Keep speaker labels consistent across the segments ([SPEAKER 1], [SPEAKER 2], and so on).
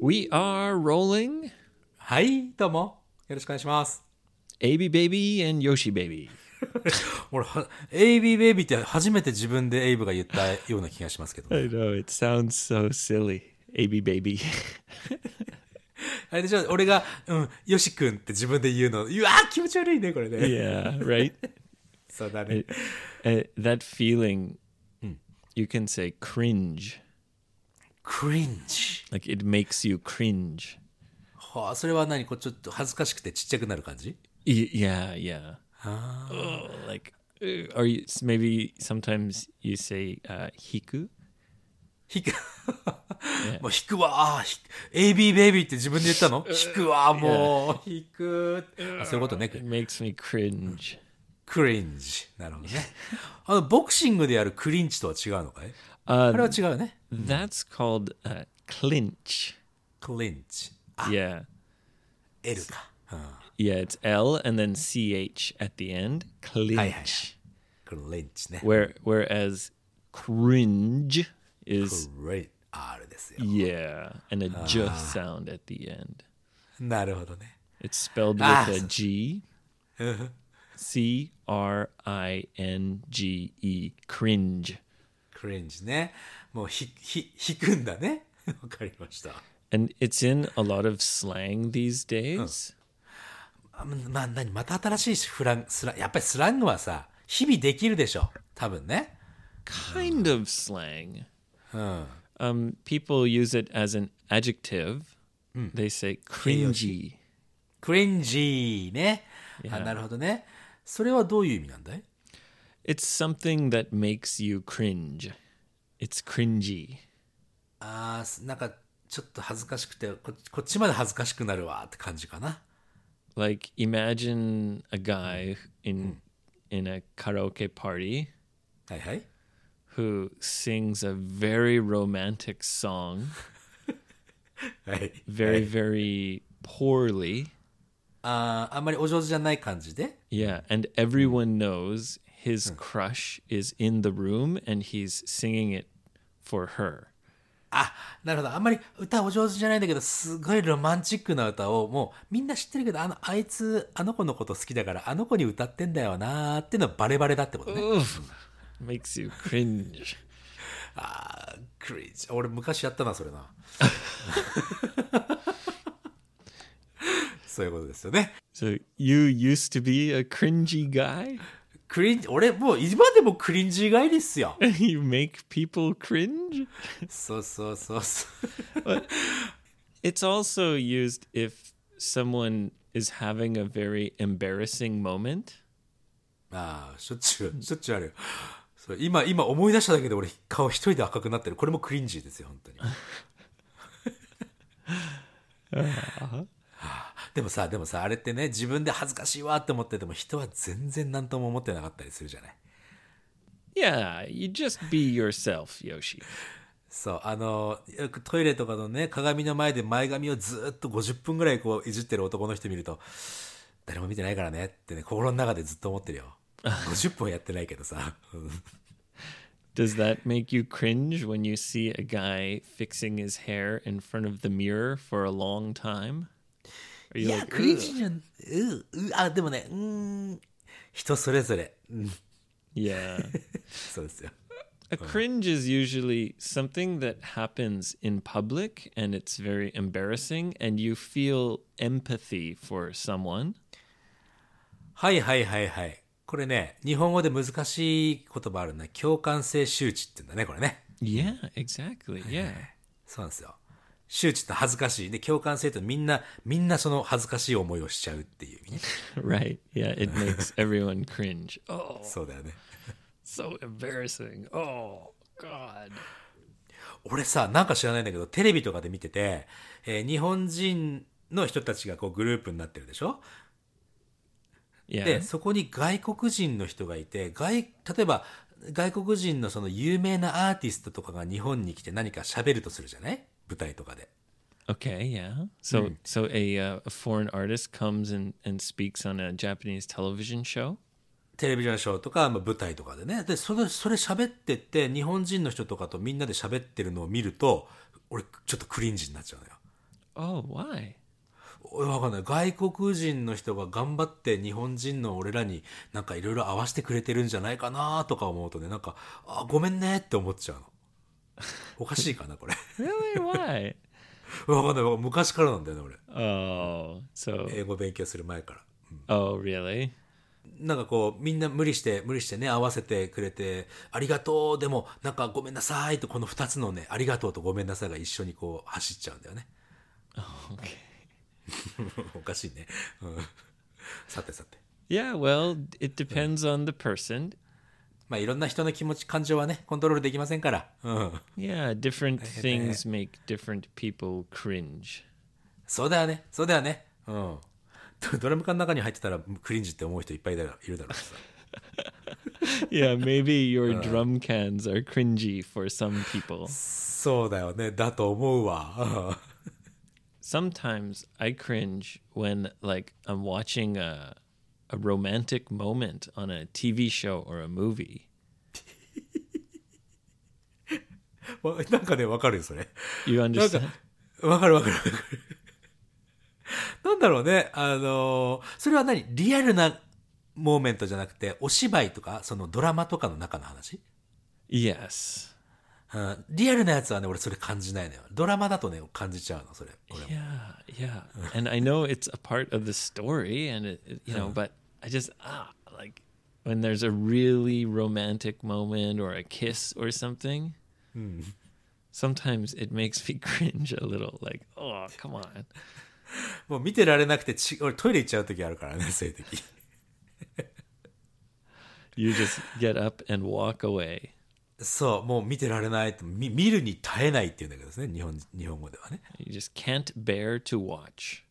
[SPEAKER 1] We are rolling
[SPEAKER 2] はい、どうも。よろしくお願いします。
[SPEAKER 1] AB Baby and Yoshi Baby.
[SPEAKER 2] 俺、は AB ベイビーって初めて自分でエイブが言ったような気がしますけ ど。
[SPEAKER 1] I know, it sounds so silly. AB Baby.
[SPEAKER 2] あれでしょ、俺が、うん、よしくんって自分で言うの、うわー気持ち悪いね、これね。
[SPEAKER 1] yeah, right?
[SPEAKER 2] そうだね。
[SPEAKER 1] Uh, that feeling, Hmm. you can say cringe.
[SPEAKER 2] クリンジ。
[SPEAKER 1] Like it makes you cringe.
[SPEAKER 2] はあ、それは何こうちょっと恥ずかしくてちっちゃくなる感じ
[SPEAKER 1] Y- yeah, yeah. Ugh, like, uh, or you, s- maybe sometimes you say uh, hiku.
[SPEAKER 2] 引く、もう引くわーひ AB ベイビーって自分で言ったの引くわーもう、引くあそういうことね。
[SPEAKER 1] It makes me cringe.
[SPEAKER 2] クリンジ。なるほどね。あの、ボクシングでやるクリンチとは違うのかいあ
[SPEAKER 1] Uh,
[SPEAKER 2] れは違うね。
[SPEAKER 1] That's called uh, clinch.
[SPEAKER 2] クリンチ。
[SPEAKER 1] Yeah.
[SPEAKER 2] L か。
[SPEAKER 1] Yeah, it's L and then CH at the end. Clinch.
[SPEAKER 2] クリンチね。
[SPEAKER 1] Where whereas cringe is
[SPEAKER 2] クリン R ですよ。
[SPEAKER 1] yeah, and a j
[SPEAKER 2] Ah.
[SPEAKER 1] sound at the end.
[SPEAKER 2] なるほどね。
[SPEAKER 1] It's spelled
[SPEAKER 2] Ah,
[SPEAKER 1] with a
[SPEAKER 2] so-
[SPEAKER 1] G. C R I N G E. Cringe.
[SPEAKER 2] クリンジね。もうひ、ひ、引くんだね。わかりました。
[SPEAKER 1] And it's in a lot of slang these days.
[SPEAKER 2] あままあ、何また新しいフラン、スラン、やっぱりスラングはさ、日々できるでしょ。多分ね。
[SPEAKER 1] Kind of slang. Um, people use it as an adjective.
[SPEAKER 2] Hmm.
[SPEAKER 1] They say cringy.
[SPEAKER 2] クリンジーね。あ、なるほどね。それはどういう意味なんだい
[SPEAKER 1] It's something that makes you cringe. It's cringy.
[SPEAKER 2] あーすなんかちょっと恥ずかしくてここっちまで恥ずかしくなるわって感じかな
[SPEAKER 1] Like imagine a guy in in a karaoke party
[SPEAKER 2] はいはい
[SPEAKER 1] who sings a very romantic song
[SPEAKER 2] はい
[SPEAKER 1] very very poorly.
[SPEAKER 2] あーあんまりお上手じゃない感じで
[SPEAKER 1] Yeah, and everyone knows his crush is in the room and he's singing it for her.
[SPEAKER 2] あなるほどあんまり歌お上手じゃないんだけどすごいロマンチックな歌をもうみんな知ってるけどあのあいつあの子のこと好きだからあの子に歌ってんだよなーっていうのはバレバレだってことね
[SPEAKER 1] Makes you cringe.
[SPEAKER 2] あークリージ俺昔やったなそれなそういうことですよね
[SPEAKER 1] So you used to be a cringy guy?
[SPEAKER 2] クリンジ俺もう今でもクリンジ以外ですよ
[SPEAKER 1] you make people cringe?
[SPEAKER 2] そうそうそうそう
[SPEAKER 1] It's also used if someone is having a very embarrassing moment.
[SPEAKER 2] ああ、しょっちゅう、しょっちゅうあるよ。そう今、今思い出しただけで俺顔一人で赤くなってる。これもクリンジーですよ、本当に。でもさ、でもさ、あれってね、自分で恥ずかしいわって思ってても、人は全然何とも思ってなかったりするじゃない。
[SPEAKER 1] Yeah, you just be yourself, Yoshi.
[SPEAKER 2] そう、あの、よくトイレとかのね、鏡の前で前髪をずーっと50分ぐらいこういじってる男の人見ると、誰も見てないからねってね、心の中でずっと思ってるよ。50分はやってないけどさ。うん
[SPEAKER 1] Does that make you cringe when you see a guy fixing his hair in front of the mirror for a long time? Are you
[SPEAKER 2] いや、
[SPEAKER 1] like,
[SPEAKER 2] クリン
[SPEAKER 1] "Ugh."
[SPEAKER 2] ジじゃん、うう、あ、でもね、うーん、人それぞれ。うん、
[SPEAKER 1] yeah.
[SPEAKER 2] そうですよ。
[SPEAKER 1] A cringe is usually something that happens in public and it's very embarrassing and you feel empathy for someone.
[SPEAKER 2] はいはいはいはい。これね、日本語で難しい言葉あるな。共感性周知って言うんだね、これね。
[SPEAKER 1] Yeah, exactly. Yeah.
[SPEAKER 2] そうなんですよ。周知って恥ずかしい。で、共感性ってみんな、みんなその恥ずかしい思いをしちゃうっていう意味ね。
[SPEAKER 1] right. Yeah, it makes everyone cringe. Oh,
[SPEAKER 2] そうだよね。
[SPEAKER 1] so embarrassing. Oh, God.
[SPEAKER 2] 俺さ、なんか知らないんだけど、テレビとかで見てて、えー日本人の人たちがこうグループになってるでしょ
[SPEAKER 1] Yeah.
[SPEAKER 2] でそこに外国人の人がいて外例えば外国人のその有名なアーティストとかが日本に来て何か喋るとするじゃない舞台とかで
[SPEAKER 1] Okay, yeah. So so a uh, a foreign artist comes and and speaks on a Japanese television show.
[SPEAKER 2] テレビジョンショーとか、まあ、舞台とかでねでそれそれ喋ってって日本人の人とかとみんなで喋ってるのを見ると俺ちょっとクリンジになっちゃうのよ
[SPEAKER 1] Oh, why?
[SPEAKER 2] おいわかんない外国人の人が頑張って日本人の俺らになんかいろいろ合わせてくれてるんじゃないかなとか思うとねなんかあごめんねって思っちゃうのおかしいかなこれ
[SPEAKER 1] Really? Why?
[SPEAKER 2] わかんない昔からなんだよね俺
[SPEAKER 1] oh, so.
[SPEAKER 2] 英語勉強する前から
[SPEAKER 1] Oh, really?
[SPEAKER 2] なんかこうみんな無理して無理してね合わせてくれてありがとうでもなんかごめんなさいとこの2つのねありがとうとごめんなさいが一緒にこう走っちゃうんだよね
[SPEAKER 1] Okay.
[SPEAKER 2] おかしいね、うん、さてさて
[SPEAKER 1] Yeah, well, it depends on the person.
[SPEAKER 2] まあいろんな人の気持ち感情はねコントロールできませんから、うん、
[SPEAKER 1] Yeah, different things make different people cringe.
[SPEAKER 2] そうだよねそうだよねうん ドドラム缶の中に入ってたらクリンジって思う人いっぱいいるいるだろうしさ
[SPEAKER 1] Yeah, maybe your drum cans are cringy for some people.
[SPEAKER 2] そうだよねだと思うわ
[SPEAKER 1] Sometimes I cringe when like I'm watching a a romantic moment on a TV show or a movie.
[SPEAKER 2] うんわなんかねわかるよそれ
[SPEAKER 1] You
[SPEAKER 2] なんか
[SPEAKER 1] understand?
[SPEAKER 2] わかるわかるわかるなんだろうねあのーそれは何リアルなモーメントじゃなくてお芝居とかそのドラマとかの中の話
[SPEAKER 1] Yes.
[SPEAKER 2] うんリアルなやつはね、俺それ感じないのよ。ドラマだとね、感じちゃうの、それ。俺も
[SPEAKER 1] Yeah, yeah. And I know it's a part of the story, and it, it- you know, but I just ah like when there's a really romantic moment or a kiss or something. Sometimes it makes me cringe a little. Like, oh, come on.
[SPEAKER 2] もう見てられなくてち、俺トイレ行っちゃう時あるからね、 そういう時。
[SPEAKER 1] You just get up and walk away.
[SPEAKER 2] そう、もう見てられないと、み見るに耐えないっていうんだけどですね、日本日本語ではね。
[SPEAKER 1] You just can't bear to watch.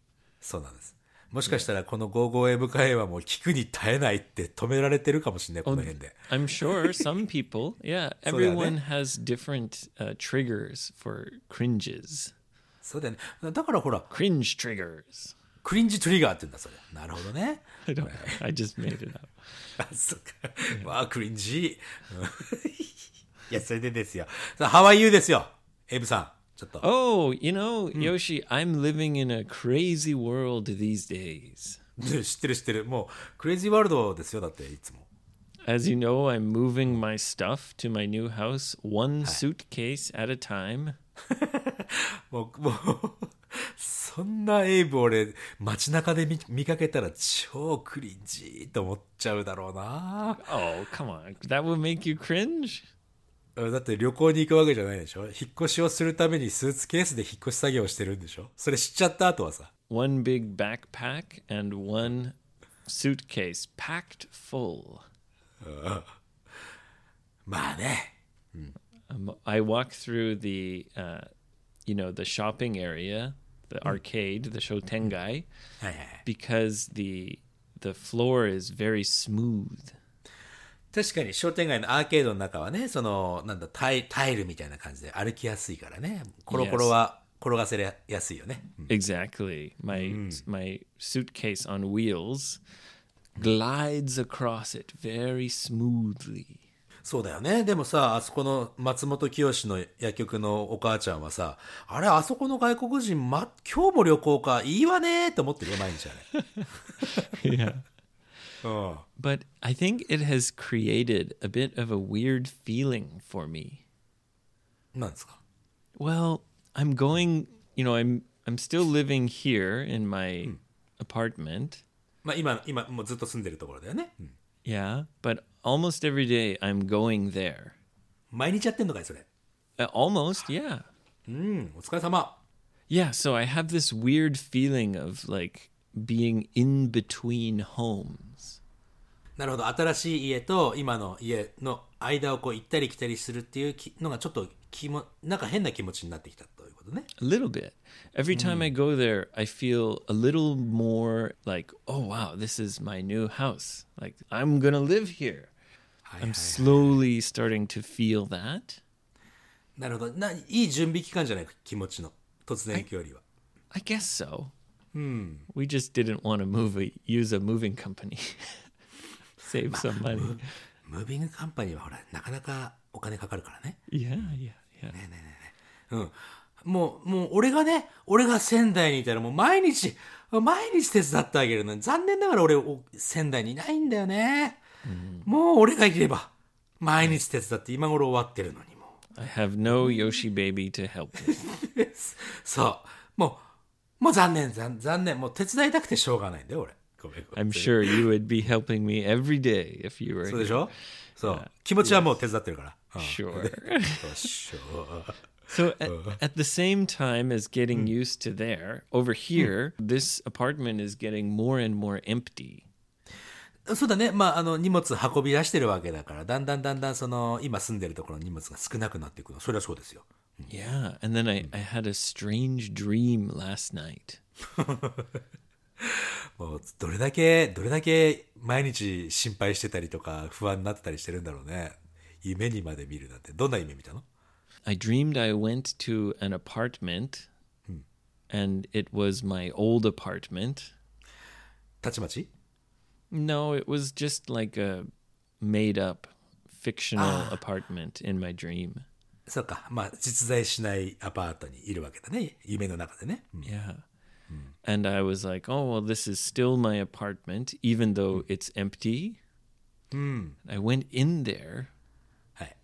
[SPEAKER 2] そうなんです。もしかしたらこの 55A 英会話も聞くに耐えないって止められてるかもしれない、この辺で。
[SPEAKER 1] I'm sure some people, yeah,
[SPEAKER 2] So, yeah,
[SPEAKER 1] everyone
[SPEAKER 2] yeah.
[SPEAKER 1] has different uh, triggers for cringes.
[SPEAKER 2] そうだよね。だからほら、
[SPEAKER 1] Cringe triggers.
[SPEAKER 2] クリンジトリガーって言うんだ、それ。なるほどね。
[SPEAKER 1] I don't know. I just made it up.
[SPEAKER 2] あそっか。まあ、クリンジ。うん いや、それでですよ。さあ、ハワイユーですよ。エイブさん。ちょっと。
[SPEAKER 1] Oh, you know, Yoshi, I'm living in a crazy world these days.
[SPEAKER 2] ね知ってる知ってる。もう、クレイジーワールドですよ、だって、いつも。
[SPEAKER 1] As you know, I'm moving my stuff to my new house one suitcase at a time.
[SPEAKER 2] もう、もうそんなエイブ俺、街中で見見かけたら超クリンジーと思っちゃうだろうな。
[SPEAKER 1] Oh, come on. That would make you cringe?
[SPEAKER 2] だって旅行に行くわけじゃないでしょ引っ越しをするためにスーツケースで引っ越し作業をしてるんでしょそれ知っちゃった後はさ。
[SPEAKER 1] One big backpack and one suitcase packed full.
[SPEAKER 2] まあね。
[SPEAKER 1] Um, I walk through the, uh, you know, the shopping area, the arcade, the Shotengai,
[SPEAKER 2] はいはいはい。
[SPEAKER 1] because the the floor is very smooth.
[SPEAKER 2] 確かに商店街のアーケードの中はね、その、なんだ、タイタイルみたいな感じで歩きやすいからね。コロコロは転がせやすいよね。
[SPEAKER 1] Exactly. My my suitcase on wheels glides across it very smoothly.
[SPEAKER 2] そうだよね。でもさ、あそこの松本清の薬局のお母ちゃんはさ、あれ、あそこの外国人、ま、今日も旅行か、いいわねーって思ってるよ、毎日あ れ。
[SPEAKER 1] Yeah.
[SPEAKER 2] うん。
[SPEAKER 1] But I think it has created a bit of a weird feeling for me.
[SPEAKER 2] なんですか
[SPEAKER 1] Well, I'm going, you know, I'm I'm still living here in my apartment.
[SPEAKER 2] まあ今、今、もうずっと住んでるところだよね。うん、
[SPEAKER 1] Yeah, but almost every day I'm going there.
[SPEAKER 2] 毎日やってんのかい、それ。
[SPEAKER 1] Uh, almost, yeah.
[SPEAKER 2] うん、お疲れ様。
[SPEAKER 1] Yeah, so I have this weird feeling of like being in between homes.
[SPEAKER 2] なるほど、新しい家と今の家の間をこう行ったり来たりするっていうきのがちょっと気も、なんか変な気持ちになってきたということね。
[SPEAKER 1] A little bit. Every time I go there, I feel a little more like, oh wow, this is my new house. Like, I'm gonna live here.
[SPEAKER 2] はいはい
[SPEAKER 1] I'm slowly starting to feel that.
[SPEAKER 2] なるほどないい準備期間じゃないか気持ちの突然距離は
[SPEAKER 1] I guess so. Hmm. We just didn't want to move a, use a moving company. Save some money.
[SPEAKER 2] ムービングカンパニーはほらなかなかお金かかるからね
[SPEAKER 1] Yeah, yeah, yeah.
[SPEAKER 2] うんもう、もう俺がね、俺が仙台にいたらもう毎日、毎日手伝ってあげるのに残念ながら俺、お仙台にいないんだよね。もう俺がいれば、毎日手伝って今頃終わってるのにもう。
[SPEAKER 1] I have no Yoshi baby to help me.
[SPEAKER 2] そう。もう、もう残念、残残念。もう手伝いたくてしょうがないんだよ、俺。ごめんごめん
[SPEAKER 1] I'm sure you would be helping me every day if you were
[SPEAKER 2] そう
[SPEAKER 1] here.
[SPEAKER 2] でしょそう。気持ちはもう手伝ってるから。うん
[SPEAKER 1] Sure.
[SPEAKER 2] そうしょ
[SPEAKER 1] So at, at the same time as getting used to there, over here, this apartment is getting more and more empty.
[SPEAKER 2] そうだね。まあ、あの、荷物運び出してるわけだから、だんだんだんだん、その、今住んでるところの荷物が少なくなっていくの。それはそうですよ。
[SPEAKER 1] Yeah. And then I, I had a strange dream last night.
[SPEAKER 2] もう、どれだけ、どれだけ毎日心配してたりとか、不安になってたりしてるんだろうね。夢にまで見るなんて。どんな夢見たの
[SPEAKER 1] I dreamed I went to an apartment and it was my old apartment.
[SPEAKER 2] たちまち
[SPEAKER 1] No, it was just like a made up fictional apartment in my dream.
[SPEAKER 2] そうか。まあ、実在しないアパートにいるわけだね。夢の中でね。うん
[SPEAKER 1] Yeah. And I was like, oh, well, this is still my apartment, even though it's empty. I went in there,
[SPEAKER 2] はい。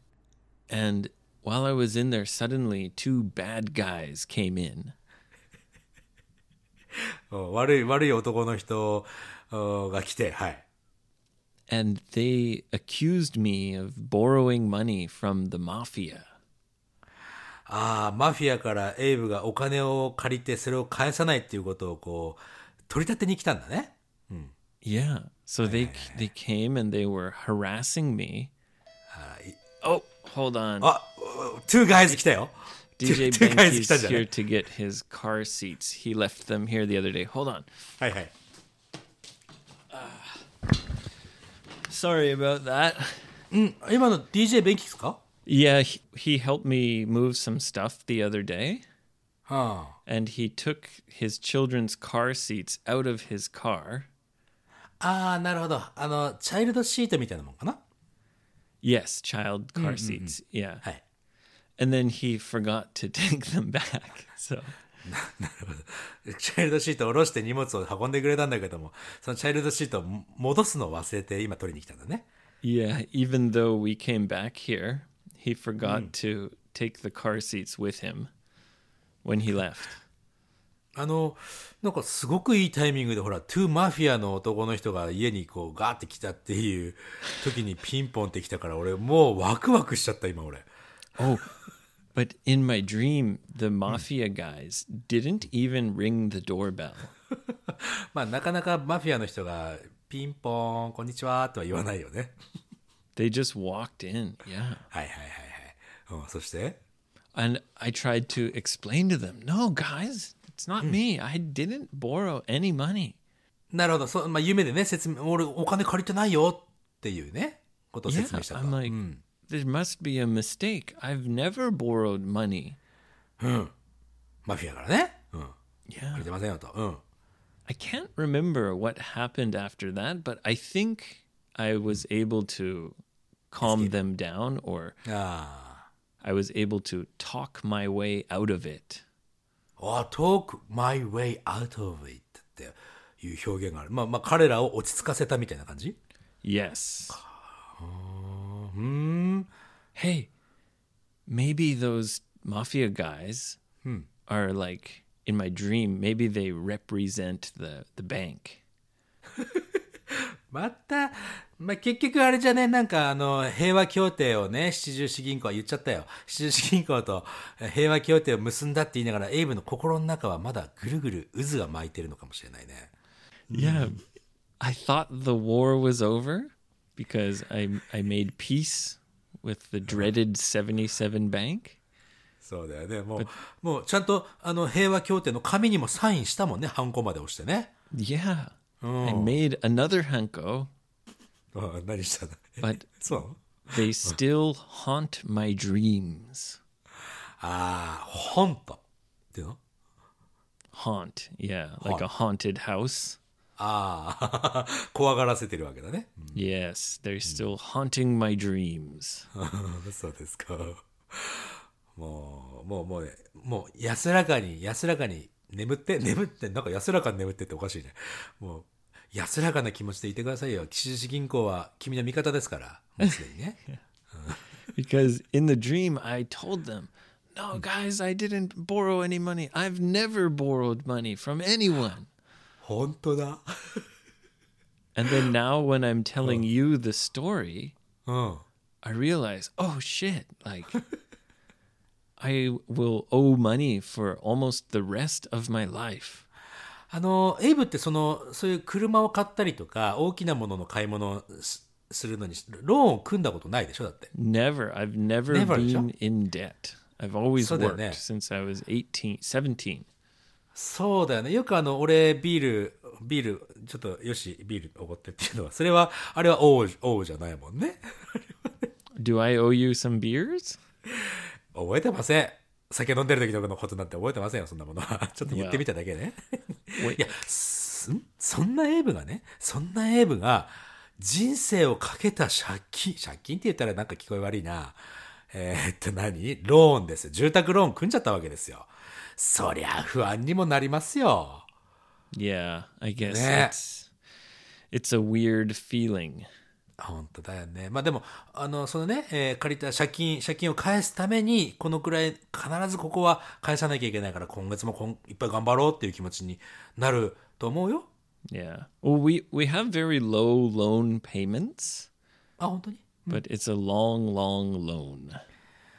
[SPEAKER 1] and while I was in there, suddenly two bad guys came in.
[SPEAKER 2] お悪い、悪い男の人おが来て、はい。
[SPEAKER 1] And they accused me of borrowing money from the mafia.
[SPEAKER 2] ああ、マフィアからエイブがお金を借りてそれを返さないっていうことをこう、取り立てに来たんだね。
[SPEAKER 1] Yeah. So they they came and they were harassing me. Oh, hold on.
[SPEAKER 2] あ、トゥーガイズ来たよ。
[SPEAKER 1] DJ
[SPEAKER 2] トゥーガイズ来
[SPEAKER 1] Benke's
[SPEAKER 2] たじゃな
[SPEAKER 1] here
[SPEAKER 2] い。
[SPEAKER 1] to get his car seats. He left them here the other day. Hold on.
[SPEAKER 2] はいはい。
[SPEAKER 1] Sorry about that.
[SPEAKER 2] 今の DJ ベンキですか
[SPEAKER 1] Yeah, he, he helped me move some stuff the other day,
[SPEAKER 2] は
[SPEAKER 1] and he took his children's car seats out of his car.
[SPEAKER 2] あ。ああ、なるほど。あの、チャイルドシートみたいなもんかな
[SPEAKER 1] Yes, child car seats. Yeah.
[SPEAKER 2] はい。
[SPEAKER 1] And then he forgot to take them back. So
[SPEAKER 2] チャイルドシートを下ろして荷物を運んでくれたんだけども、そのチャイルドシートを戻すのを忘れて今取りに来たんだね。
[SPEAKER 1] Yeah, even though we came back here, he forgot to take the car seats with him when he left.
[SPEAKER 2] あの、なんかすごくいいタイミングで、ほら、トゥーマフィアの男の人が家にこう、ガーって来たっていう時にピンポンって来たから、俺、もうワクワクしちゃった、今、俺。
[SPEAKER 1] Oh, but in my dream, the mafia guys didn't even ring the doorbell.
[SPEAKER 2] まあ、なかなかマフィアの人が、ピンポーン、こんにちは、とは言わないよね。
[SPEAKER 1] They just walked in. Yeah.
[SPEAKER 2] はいはいはいはい。うん、そして、
[SPEAKER 1] And I tried to explain to them, "No, guys, it's not me. I didn't borrow any money."
[SPEAKER 2] なるほど、そう、まあ、夢でね、説明、俺、お金借りてないよっていうね、ことを
[SPEAKER 1] Yeah,
[SPEAKER 2] 説明したと。
[SPEAKER 1] I'm like, there must be a mistake. I've never borrowed money.
[SPEAKER 2] マフィアからね。うん。
[SPEAKER 1] Yeah.
[SPEAKER 2] 借りてませんよと。うん。
[SPEAKER 1] I can't remember what happened after that, but I think I was able to calm them down or
[SPEAKER 2] ああ。
[SPEAKER 1] I was able to talk my way out of it.
[SPEAKER 2] Oh, talk my way out of it っていう表現がある。まあまあ彼らを落ち着かせたみたいな感じ
[SPEAKER 1] Yes. Hey, maybe those mafia guys are like in my dream, maybe they represent the, the bank.
[SPEAKER 2] また、まあ結局あれじゃね、なんかあの、平和協定をね、七十四銀行は言っちゃったよ。七十四銀行とえ平和協定を結んだって言いながら、エイブの心の中はまだぐるぐる渦が巻いてるのかもしれないね。
[SPEAKER 1] Yeah. I thought the war was over because I I made peace with the dreaded 77 bank.
[SPEAKER 2] そうだよね。もう、もうちゃんとあの、平和協定の紙にもサインしたもんね、ハンコまで押してね。
[SPEAKER 1] Yeah. I made another hanko,
[SPEAKER 2] うん、何したの
[SPEAKER 1] but
[SPEAKER 2] そうなの
[SPEAKER 1] they still haunt my dreams.
[SPEAKER 2] ああ、ほんと。っていうの
[SPEAKER 1] Haunt. Yeah, like a haunted house.
[SPEAKER 2] ああ、怖がらせてるわけだね。
[SPEAKER 1] Yes, they're still haunting my dreams.
[SPEAKER 2] そうですか。もう、もう、もうね、もう安らかに、安らかに眠って、眠って、なんか安らかに眠ってっておかしいね。もう、安らかな気持ちでいてくださいよ。岸士銀行は君の味方ですから、もうすでにね。
[SPEAKER 1] Because in the dream, I told them, No, guys, I didn't borrow any money. I've never borrowed money from anyone.
[SPEAKER 2] 本当だ。
[SPEAKER 1] And then now, when I'm telling you the story,
[SPEAKER 2] うん。
[SPEAKER 1] I realize, oh shit, like I will owe money for almost the rest of my life.
[SPEAKER 2] あの、エイブってその、そういう車を買ったりとか、大きなものの買い物をすするのに、ローンを組んだことないでしょだって。
[SPEAKER 1] Never. I've never,
[SPEAKER 2] Never,
[SPEAKER 1] been
[SPEAKER 2] yeah.
[SPEAKER 1] in debt. I've always
[SPEAKER 2] So then,
[SPEAKER 1] worked
[SPEAKER 2] yeah.
[SPEAKER 1] since I was 18, 17.
[SPEAKER 2] そうだよね。よくあの、俺、ビール、ビール、ちょっと、よし、ビールおごってっていうのは、それは、あれは、おう、おうじゃないもんね。
[SPEAKER 1] Do I owe you some beers?
[SPEAKER 2] 覚えてません。酒飲んでる時のことなんて覚えてませんよ、そんなものは。 ちょっと言ってみただけね。
[SPEAKER 1] Wait.
[SPEAKER 2] いや、すんそんなエイブがね、そんなエイブが、人生をかけた借金、借金って言ったらなんか聞こえ悪いな。えーっと何ローンですよ。住宅ローン組んじゃったわけですよ。そりゃ不安にもなりますよ。
[SPEAKER 1] Yeah, I guess
[SPEAKER 2] Nah.
[SPEAKER 1] it's it's a weird feeling.
[SPEAKER 2] 本当だよね。まあでも、あの、そのね、えー借りた借金、借金を返すために、このくらい必ずここは返さなきゃいけないから、今月もこんいっぱい頑張ろうっていう気持ちになると思うよ。
[SPEAKER 1] Yeah. Well, we we have very low loan payments,
[SPEAKER 2] あ、本当に
[SPEAKER 1] but it's a long, long loan.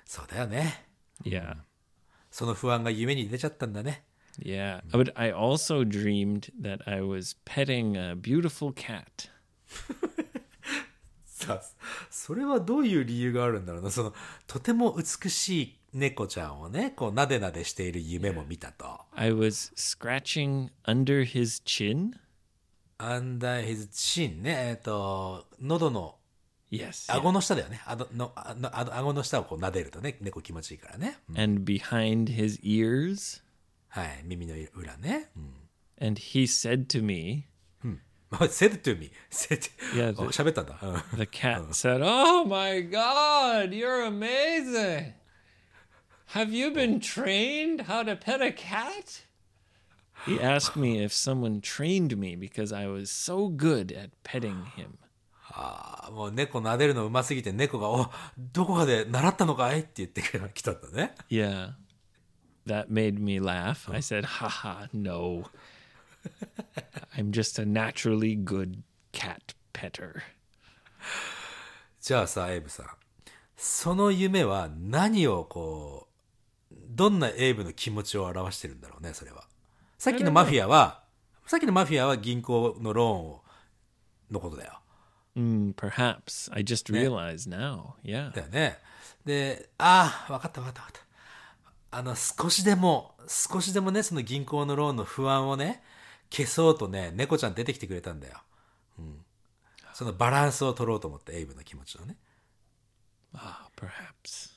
[SPEAKER 2] そうだよね。
[SPEAKER 1] Yeah.
[SPEAKER 2] その不安が夢に出ちゃったんだね。
[SPEAKER 1] Yeah. But I also dreamed that I was petting a beautiful cat.
[SPEAKER 2] さそれはどういう理由があるんだろうな。その、とても美しい猫ちゃんをね、こう、なでなでしている夢も見たと。
[SPEAKER 1] I was scratching under his chin.
[SPEAKER 2] under his chin ね、えっ、と、喉の
[SPEAKER 1] Yes.
[SPEAKER 2] 顎の下だよね。あの、の、あの、あの顎の下をこう撫でるとね、猫気持ちいいからね。うん
[SPEAKER 1] And behind his ears.
[SPEAKER 2] はい、耳の裏ね。うん。
[SPEAKER 1] And he said to me,
[SPEAKER 2] まあ、said to me. said to-
[SPEAKER 1] いや
[SPEAKER 2] お喋ったんだ。うん
[SPEAKER 1] the cat said, Oh my God, you're amazing. Have you been trained how to pet a cat? He asked me if someone trained me because I was so good at petting him.
[SPEAKER 2] ああ、もう猫撫でるのうますぎて猫が、お、どこかで習ったのかいって言ってきたんだね。
[SPEAKER 1] Yeah. That made me laugh. I said, haha, no. I'm just a naturally good cat petter.
[SPEAKER 2] じゃあさ、エイブさん。その夢は何をこう、どんなエイブの気持ちを表してるんだろうね、それは。さっきのマフィアは、さっきのマフィアは銀行のローンを、のことだよ。
[SPEAKER 1] Mm, perhaps. I just realize now. Yeah.
[SPEAKER 2] だよね。で、ああ、わかったわかったわかった。あの、少しでも、少しでもね、その銀行のローンの不安をね、消そうとね、猫ちゃん出てきてくれたんだよ。うん。そのバランスを取ろうと思って、エイブの気持ちのね。
[SPEAKER 1] Ah, perhaps.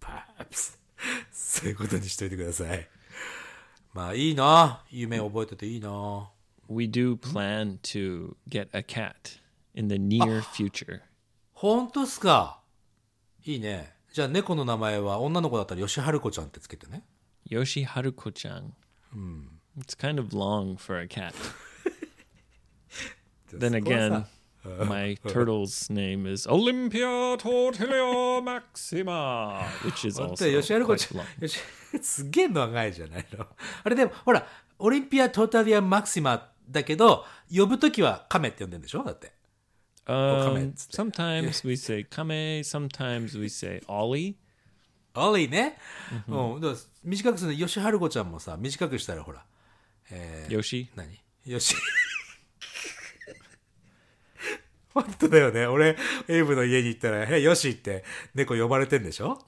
[SPEAKER 2] パープス。そういうことにしといてください。まあ、いいな。夢覚えてていいな。
[SPEAKER 1] We do plan to get a cat in the near future.
[SPEAKER 2] ほんとっすか。いいね。じゃあ、猫の名前は女の子だったら、吉春子ちゃんってつけてね。
[SPEAKER 1] Yoshi Haruko-chan. It's kind of long for a cat. then again, my turtle's name is Olympia Tortilla Maxima, which is
[SPEAKER 2] 本
[SPEAKER 1] also
[SPEAKER 2] 当よ 吉原子
[SPEAKER 1] quite
[SPEAKER 2] ちゃ
[SPEAKER 1] long.
[SPEAKER 2] ん、よしすげえ長いじゃないの。 あれでも、ほら、オリンピア・トータリア・マクシマだけど、呼ぶときはカメって呼んでんでしょだって。
[SPEAKER 1] Um,
[SPEAKER 2] comments.
[SPEAKER 1] sometimes we say Kame, sometimes we say Ollie.
[SPEAKER 2] オリーね。うん。だから短くするの、吉春子ちゃんもさ、短くしたらほら、
[SPEAKER 1] Yoshi.
[SPEAKER 2] 何よし。 本当だよね。俺、エイブの家に行ったら、へ、よしって猫呼ばれてんでしょ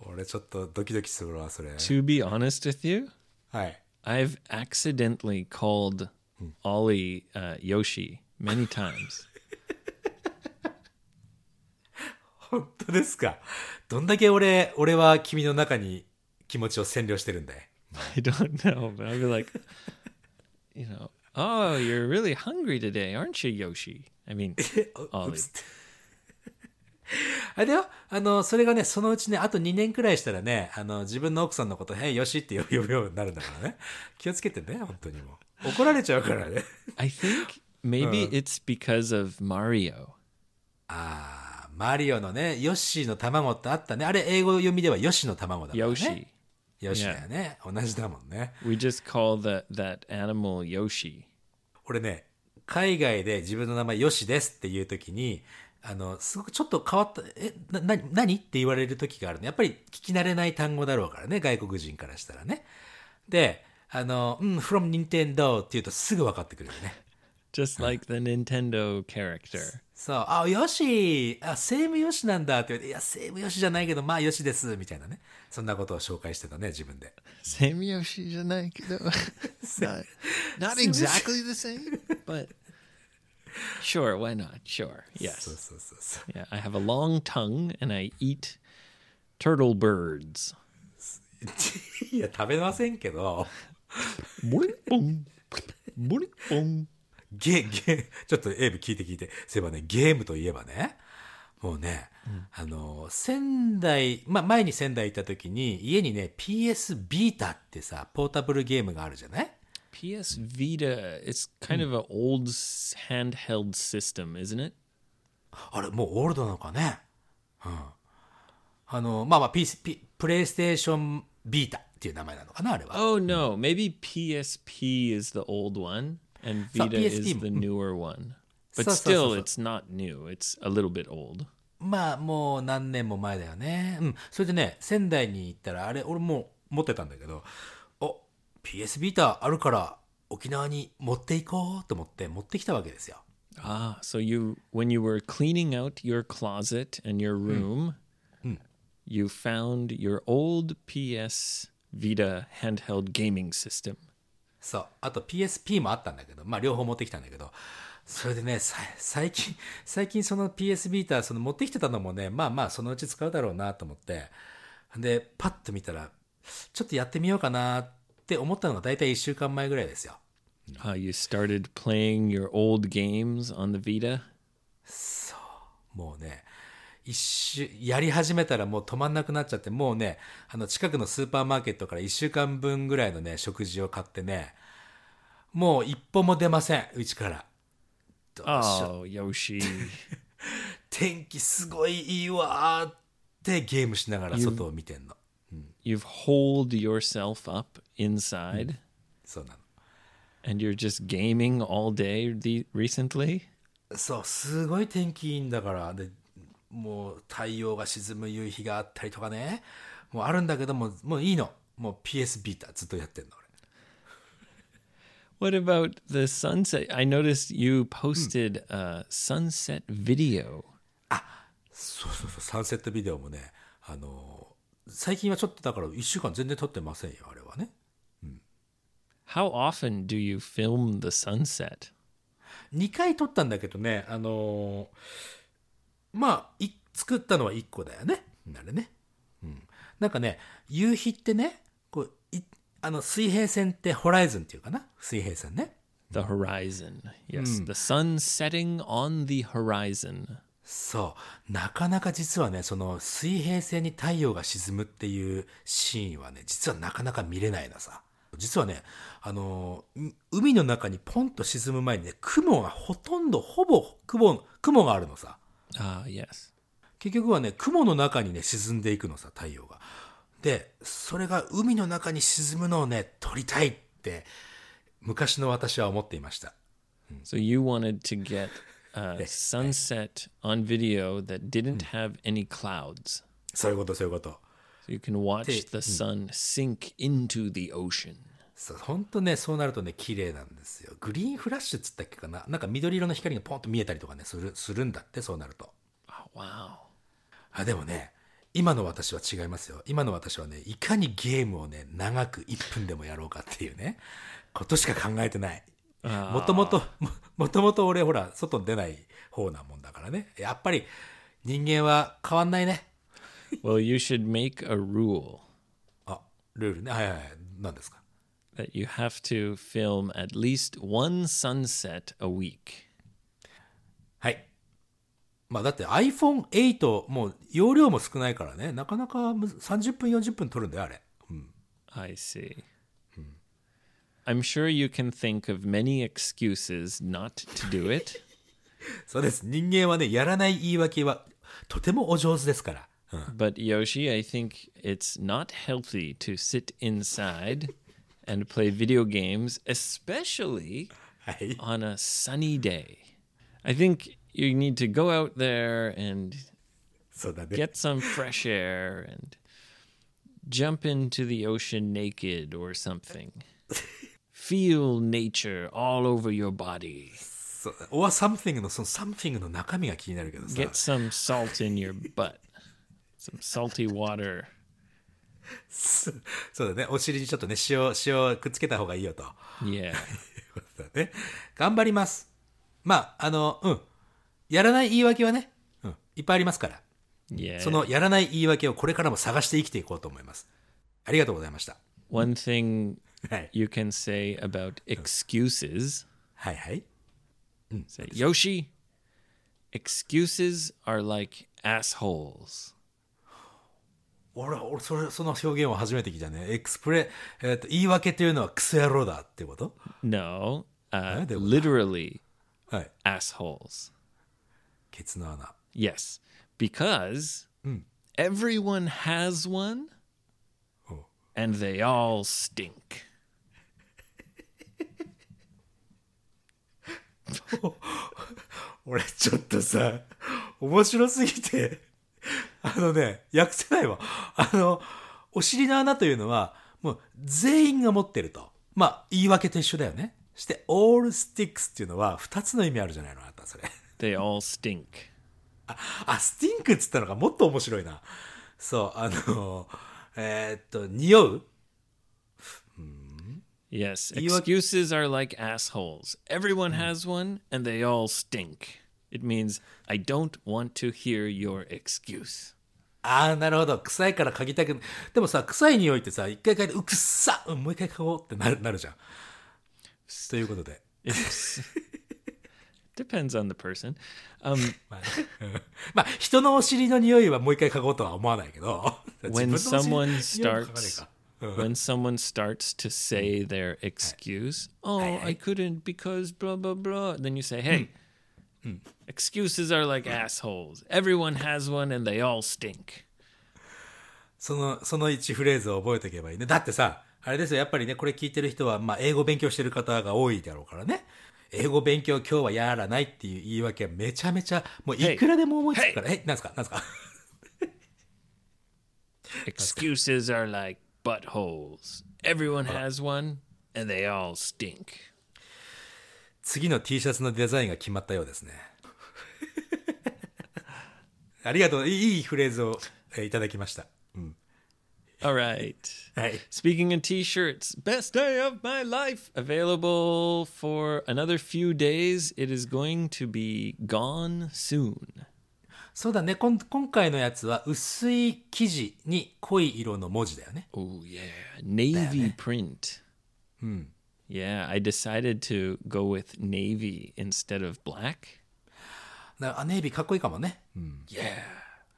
[SPEAKER 2] 俺ちょっとドキドキするわ、それ。
[SPEAKER 1] To be honest with you,
[SPEAKER 2] はい。
[SPEAKER 1] I've accidentally called Ollie uh, Yoshi many times.
[SPEAKER 2] 本当ですか。どんだけ俺、俺は君の中に気持ちを占領してるんだい。
[SPEAKER 1] I don't know, but I'll be like, you know, oh, you're really hungry today, aren't you, Yoshi? I mean, Ollie.
[SPEAKER 2] あれだよ、あの、それがね、そのうちね、あと2年くらいしたらね、あの、自分の奥さんのこと、へい、よしって呼ぶようになるんだからね。気をつけてね、本当にもう。怒られちゃうから ね。
[SPEAKER 1] I think maybe it's because of Mario.
[SPEAKER 2] あー、マリオのね、ヨッシーの卵ってあったね。あれ、英語読みではヨシの卵だからね。
[SPEAKER 1] Yoshi.
[SPEAKER 2] ヨシだよね。同じだもんね。
[SPEAKER 1] We just call that that animal Yoshi.
[SPEAKER 2] 俺ね、海外で自分の名前ヨシですっていう時に、あの、すごくちょっと変わった、え、な、な、何って言われる時があるの。やっぱり聞き慣れない単語だろうからね、外国人からしたらね。で、あの、うん、from Nintendo って言うとすぐ分かってくるよね。
[SPEAKER 1] Just like the Nintendo character.
[SPEAKER 2] そう、あ、ヨシあ、セームヨシなんだって言われて、いや、セームヨシじゃないけど、まあヨシです、みたいなね。そんなことを紹介してたね、自分で。
[SPEAKER 1] Same Yoshi じゃないけど。not, not exactly the same, but sure, why not? Sure.
[SPEAKER 2] そう
[SPEAKER 1] Yes.
[SPEAKER 2] そうそうそう。
[SPEAKER 1] Yeah, I have a long tongue and I eat turtle birds.
[SPEAKER 2] いや、食べませんけど、
[SPEAKER 1] Boing-boing. Boing-boing.
[SPEAKER 2] ゲ、ゲ、 ちょっとエイブ聞いて聞いて。そういえばね、ゲームといえばね、もうね、あの、仙台、まあ、前に仙台行った時に、家にね、PS ビータってさ、ポータブルゲームがあるじゃない
[SPEAKER 1] PS Vita, it's kind of an old s- handheld system, isn't it?
[SPEAKER 2] あれ、もうオールドなのかねうん。あの、まあまあ、ピース、ピ、プレイステーションビータっていう名前なのかなあれは。
[SPEAKER 1] Oh no, maybe PSP is the old one and
[SPEAKER 2] So,
[SPEAKER 1] Vita
[SPEAKER 2] PSP
[SPEAKER 1] is the newer one. But
[SPEAKER 2] So, so, so,
[SPEAKER 1] still,
[SPEAKER 2] so.
[SPEAKER 1] it's not new. It's a little bit old.
[SPEAKER 2] まあ、もう何年も前だよね。うん。それでね、仙台に行ったら、あれ、俺もう持ってたんだけど、お、PS ビータあるから、沖縄に持っていこうと思って持ってきたわけですよ。
[SPEAKER 1] Ah, so you when you were cleaning out your closet and your room, you found your old PS Vita handheld gaming system.
[SPEAKER 2] そう。あと PSP もあったんだけど、まあ両方持ってきたんだけど、それでね、さ最近、最近その PS ビータ、その持ってきてたのもね、まあまあそのうち使うだろうなと思って、で、パッと見たら、ちょっとやってみようかなって思ったのが大体1週間前ぐらいですよ。
[SPEAKER 1] Ah, you started playing your old games on the Vita.
[SPEAKER 2] もうね、一週、やり始めたらもう止まんなくなっちゃって、もうね、あの近くのスーパーマーケットから一週間分ぐらいのね、食事を買ってね、もう一歩も出ません、うちから。どうしよう
[SPEAKER 1] Oh, Yoshi.
[SPEAKER 2] 天気すごいいいわーってゲームしながら外を見てんの。
[SPEAKER 1] You've holed yourself up inside.
[SPEAKER 2] そうなの。
[SPEAKER 1] and you're just gaming all day the, recently
[SPEAKER 2] そう、すごい天気いいんだから。で、もう太陽が沈む夕日があったりとかね。もうあるんだけども、もういいの。もう PS ビータずっとやってんの、俺。
[SPEAKER 1] what about the sunset i noticed you posted a sunset video
[SPEAKER 2] そうそうそう、サンセットビデオもね、あのー最近はちょっとだから1週間全然撮ってませんよ、あれはね。
[SPEAKER 1] how often do you film the sunset
[SPEAKER 2] 2回撮ったんだけどね、あのーまあ、い作ったのは1個だよね。あれね。うん。なんかね、夕日ってね、こう、いあの、水平線ってホライズンっていうかな水平線ね。
[SPEAKER 1] the horizon yes the sun setting on the horizon
[SPEAKER 2] そう。なかなか実はね、その水平線に太陽が沈むっていうシーンはね、実はなかなか見れないのさ。実はね、あのー、ん海の中にポンと沈む前にね、雲がほとんど、ほぼ雲、雲があるのさ。
[SPEAKER 1] ah yes
[SPEAKER 2] 結局はね、雲の中にね、沈んでいくのさ、太陽が。で、それが海の中に沈むのをね、撮りたいって、昔の私は思っていました。
[SPEAKER 1] so you wanted to get a sunset on video that didn't have any clouds
[SPEAKER 2] そういうこと、そういうこと。
[SPEAKER 1] so you can watch the sun sink into the ocean
[SPEAKER 2] そうほんとねそうなるとね綺麗なんですよグリーンフラッシュっつったっけかななんか緑色の光がポンと見えたりとかねするするんだってそうなると
[SPEAKER 1] oh, wow
[SPEAKER 2] あでもね今の私は違いますよ今の私はねいかにゲームをね長く1分でもやろうかっていうねことしか考えてないもともとももともと俺ほら外に出ない方なもんだからねやっぱり人間は変わんないね
[SPEAKER 1] Well, you should make a rule
[SPEAKER 2] あルールねはいはいはい何ですか
[SPEAKER 1] that you have to film at least one sunset a week.
[SPEAKER 2] はいまあだって iPhone8 もう容量も少ないからねなかなかむず30分40分撮るんだよあれ、うん、
[SPEAKER 1] I see. I'm sure you can think of many excuses not to do it.
[SPEAKER 2] そうです人間はねやらない言い訳はとてもお上手ですから、うん、
[SPEAKER 1] But Yoshi, I think it's not healthy to sit inside and play video games, especially
[SPEAKER 2] はい、
[SPEAKER 1] on a sunny day. I think you need to go out there and
[SPEAKER 2] そうだね
[SPEAKER 1] get some fresh air and jump into the ocean naked or something. Feel nature all over your body.
[SPEAKER 2] そう or something のその something の中身が気になるけどさ
[SPEAKER 1] Get some salt in your butt. Some salty water.
[SPEAKER 2] そうそうだねお尻にちょっとね塩塩くっつけた方がいいよと
[SPEAKER 1] Yeah.
[SPEAKER 2] いうことだね頑張りますまああのうんやらない言い訳はね、うん、いっぱいありますから
[SPEAKER 1] Yeah.
[SPEAKER 2] そのやらない言い訳をこれからも探して生きていこうと思いますありがとうございました
[SPEAKER 1] One thing
[SPEAKER 2] はい
[SPEAKER 1] you can say about excuses
[SPEAKER 2] はいはい
[SPEAKER 1] say, Yoshi, excuses are like assholes.
[SPEAKER 2] 俺は俺それその表現を初めて聞いたねエクスプレ、えーと言い訳というのはクソ野郎だってこと
[SPEAKER 1] No, uh,
[SPEAKER 2] they were-
[SPEAKER 1] literally
[SPEAKER 2] はい
[SPEAKER 1] assholes.
[SPEAKER 2] ケツの穴
[SPEAKER 1] Yes, because
[SPEAKER 2] Hmm.
[SPEAKER 1] everyone has one
[SPEAKER 2] Oh.
[SPEAKER 1] and they all stink.
[SPEAKER 2] 俺ちょっとさ面白すぎてあのね訳せないわあのお尻の穴というのはもう全員が持ってるとまあ言い訳と一緒だよねそして all sticks っていうのは2つの意味あるじゃないのあなたそれ
[SPEAKER 1] They all stink.
[SPEAKER 2] あスティンクっつったのがもっと面白いなそうあのえーっと匂う
[SPEAKER 1] Yes,
[SPEAKER 2] You are-
[SPEAKER 1] excuses are like assholes. Everyone has one and they all stink. It means I don't want to hear your excuse.
[SPEAKER 2] ああ、なるほど。臭いから嗅ぎたくない。でもさ、臭い匂いってさ、一回嗅いで、うくっさうん、もう一回嗅ごうってなるなるじゃん。ということで。
[SPEAKER 1] It's- depends on the person. Um,
[SPEAKER 2] まあ、まあ、人のお尻の匂いはもう一回嗅ごうとは思わないけど。
[SPEAKER 1] when
[SPEAKER 2] 自分のお
[SPEAKER 1] someone
[SPEAKER 2] 尻の匂いも嗅がねえ
[SPEAKER 1] starts
[SPEAKER 2] か
[SPEAKER 1] when someone starts to say their excuse, oh, I couldn't because blah blah blah, then you say, hey, excuses are like assholes. Everyone has one and they all stink.
[SPEAKER 2] その、その1フレーズを覚えておけばいいね。だってさ、あれですよ、やっぱりね、これ聞いてる人は、まあ、英語勉強してる方が多いだろうからね。英語勉強今日はやらないっていう言い訳はめちゃめちゃ、もういくらでも思いつくから、え、なんすかなんすか
[SPEAKER 1] Excuses are like buttholes. Everyone has one and they all stink.
[SPEAKER 2] 次の T シャツのデザインが決まったようですね。ありがとう。いいいいフレーズをえーいただきました。
[SPEAKER 1] All right.
[SPEAKER 2] はい。
[SPEAKER 1] Speaking of t-shirts, best day of my life available for another few days. It is going to be gone soon.
[SPEAKER 2] そうだね。こん今回のやつは薄い生地に濃い色の文字だよね。
[SPEAKER 1] Oh yeah, navy print. Hmm. Yeah, I decided to go with navy instead of black.
[SPEAKER 2] なあネイビーかっこいいかもね。
[SPEAKER 1] Yeah.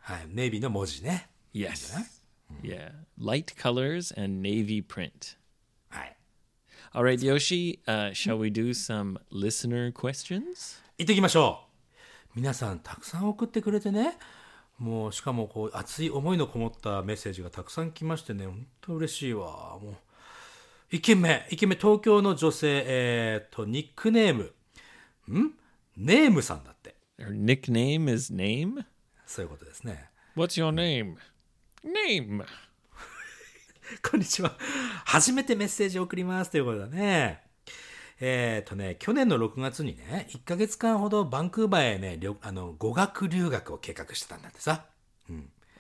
[SPEAKER 2] はい。ネイビーの文字ね。
[SPEAKER 1] Yes. Yeah. Light colors and navy print.
[SPEAKER 2] はい。
[SPEAKER 1] All right, Yoshi, uh, shall we do some listener questions?
[SPEAKER 2] 行ってきましょう皆さんたくさん送ってくれてねもうしかもこう熱い思いのこもったメッセージがたくさん来ましてね本当嬉しいわもう1件目1件目東京の女性えー、とニックネームんネームさんだって
[SPEAKER 1] Her nickname is Name.
[SPEAKER 2] そういうことですね
[SPEAKER 1] What's your name? Name.
[SPEAKER 2] こんにちは。初めてメッセージを送りますということだね。えっ、とね、去年の6月にね、1ヶ月間ほどバンクーバーへね、旅あの語学留学を計画してたんだってさ。